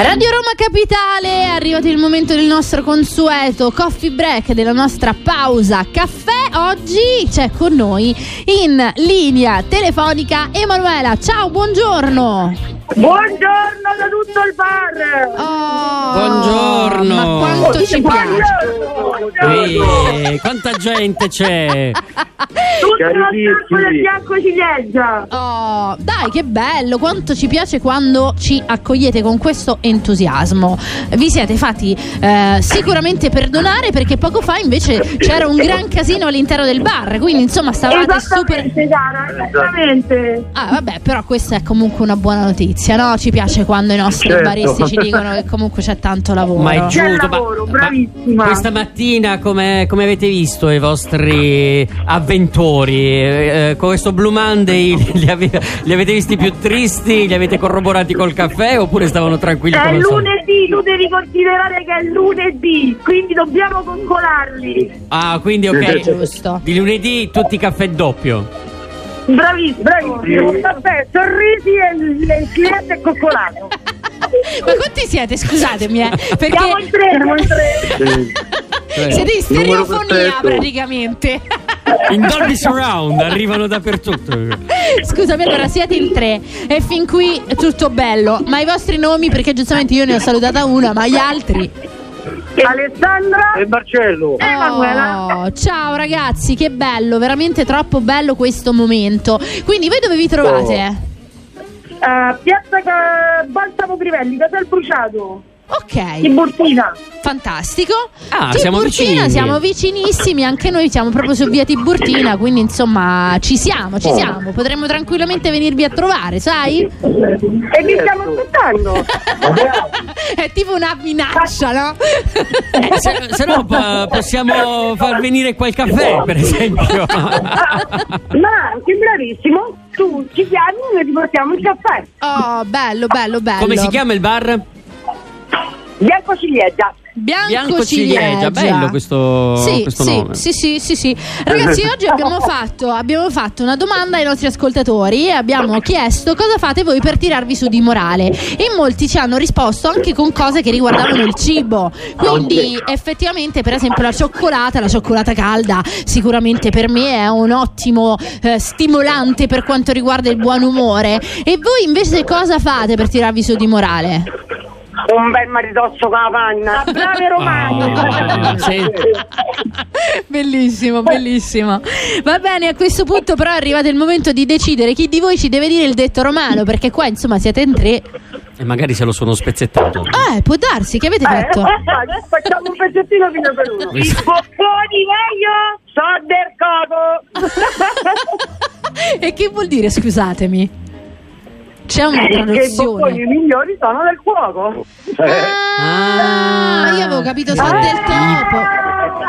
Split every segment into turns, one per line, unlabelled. Radio Roma Capitale, è arrivato il momento del nostro consueto coffee break, della nostra pausa caffè. Oggi c'è con noi in linea telefonica Emanuela. Ciao, buongiorno.
Buongiorno da tutto il bar!
Oh,
Buongiorno.
Ma quanto Oh, ci piace.
Buongiorno!
Ehi, Eh, quanta gente c'è!
Tutto lo
Carissimi.
stampo del bianco ciliegia!
Oh, dai, che bello! Quanto ci piace quando ci accogliete con questo entusiasmo. Vi siete fatti eh, sicuramente perdonare perché poco fa invece c'era un gran casino all'interno del bar, quindi insomma stavate super.
Esattamente, cara, esattamente!
Ah, vabbè, però questa è comunque una buona notizia, no? Ci piace quando i nostri
Certo.
baristi ci dicono che comunque c'è tanto lavoro.
Ma è
C'è
giusto, ma-
lavoro,
ma
bravissima.
questa mattina come, come avete visto i vostri avventori? Eh, eh, con questo Blue Monday li, ave- li avete visti più tristi? Li avete corroborati col caffè oppure stavano tranquilli
È
come al solito?
lunedì, tu devi considerare che è lunedì, quindi dobbiamo congolarli!
Ah, quindi
È
ok,
giusto.
di lunedì tutti caffè doppio.
Bravissimo, bravissimo! Vabbè, sorrisi e e il cliente è coccolato!
Ma quanti siete? Scusatemi, eh, perché
Siamo in tre, siamo in tre!
Sì.
siete in
Numero
stereofonia
perfetto.
praticamente.
In Dolby Surround arrivano dappertutto.
Scusami, allora siete in tre e fin qui è tutto bello, ma i vostri nomi, perché giustamente io ne ho salutata una, ma gli altri.
Alessandra
E Marcello.
Emanuela.
Oh, ciao ragazzi, che bello, veramente troppo bello questo momento. Quindi voi dove vi trovate?
eh, piazza Ca- Balsamo Crivelli, Casal Bruciato, di
Ok,
Burtina.
fantastico.
Ah,
Tiburtina,
siamo vicini.
siamo vicinissimi, anche noi siamo proprio su via Tiburtina, quindi insomma ci siamo, ci siamo. Potremmo tranquillamente venirvi a trovare, sai?
E vi stiamo aspettando.
È tipo una minaccia, no?
Eh, se, se no po- possiamo far venire qua il caffè, per esempio.
Ma che bravissimo, tu ci chiami e noi ti portiamo il caffè.
Oh, bello, bello, bello.
Come si chiama il bar?
Bianco ciliegia.
Bianco,
Bianco
ciliegia.
ciliegia. Bello questo-
sì,
questo
sì,
nome.
Sì, sì, sì, sì. Ragazzi, oggi abbiamo fatto, abbiamo fatto una domanda ai nostri ascoltatori e abbiamo chiesto cosa fate voi per tirarvi su di morale. E molti ci hanno risposto anche con cose che riguardavano il cibo. Quindi, effettivamente, per esempio, la cioccolata, la cioccolata calda, sicuramente per me è un ottimo eh, stimolante per quanto riguarda il buon umore. E voi invece cosa fate per tirarvi su di morale?
Un bel maritozzo con la panna.
A brave romane.
Ah, sì.
Bellissimo, bellissimo. Va bene, a questo punto però è arrivato il momento di decidere chi di voi ci deve dire il detto romano, perché qua insomma siete in tre.
E Eh, magari se lo sono spezzettato.
Ah, può darsi, che avete fatto?
Eh,
Eh.
ah, Facciamo un pezzettino fino per uno. I bocconi meglio, so del coco.
e che vuol dire, scusatemi? C'è una
che i bocconi
traduzione.
migliori sono del cuoco.
Eh.
Ah, io avevo capito so del
Ah,
topo.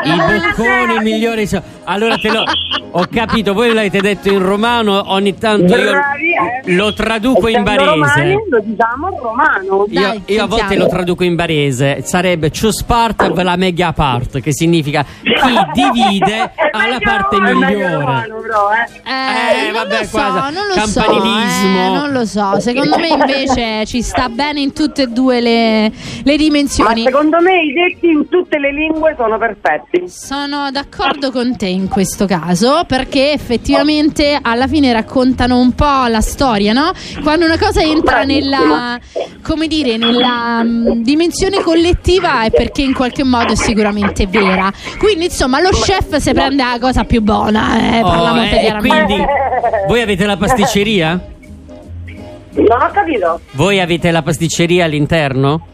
I bocconi migliori so- Allora te lo. Ho capito, voi l'avete detto in romano, ogni tanto io
Bravi, eh.
lo traduco in
Essendo romani,
barese.
lo diciamo romano.
Dai,
Io, io a volte
sentiamo.
lo traduco in barese, sarebbe choose part of la mega part, che significa chi divide
È
ha la
meglio-
parte
è meglio
migliore.
romano, però, eh.
Eh,
Eh,
non
vabbè,
lo so,
qua
non lo
campanilismo.
so, eh, non lo so. Secondo me invece ci sta bene in tutte e due le, le
Ma
dimensioni.
secondo me i detti in tutte le lingue sono perfetti.
Sono d'accordo con te in questo caso perché effettivamente alla fine raccontano un po' la storia, no? Quando una cosa entra nella, come dire, nella mh, dimensione collettiva è perché in qualche modo è sicuramente vera. Quindi insomma lo chef se prende la cosa più buona, eh,
Oh,
parliamo
eh, e
chiaramente.
quindi voi avete la pasticceria?
Non ho capito.
Voi avete la pasticceria all'interno?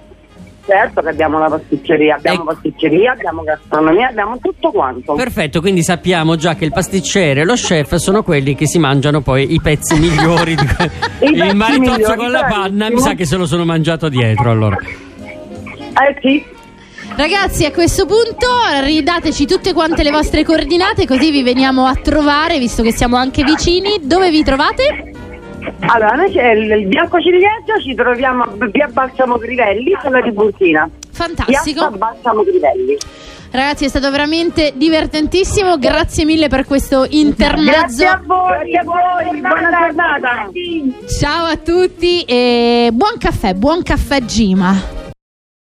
Certo che abbiamo la pasticceria, abbiamo
Ecco.
pasticceria, abbiamo gastronomia, abbiamo tutto quanto.
Perfetto, quindi sappiamo già che il pasticcere e lo chef sono quelli che si mangiano poi i pezzi migliori. di que-
I
il
pezzi
maritozzo
migliori,
con la panna mi
bravissimo.
sa che se lo sono mangiato dietro allora.
Eh sì,
Ragazzi, a questo punto ridateci tutte quante le vostre coordinate così vi veniamo a trovare, visto che siamo anche vicini. Dove vi trovate?
allora noi c'è il, il bianco ciliegio, ci troviamo a via Balsamo Crivelli sulla Tiburtina.
Ah, Fantastico.
Piazza Balsamo Crivelli.
Ragazzi, è stato veramente divertentissimo. Grazie mille per questo
Grazie a
intermezzo.
voi, grazie a voi, buona giornata.
Ciao a tutti e buon caffè, buon caffè Gima.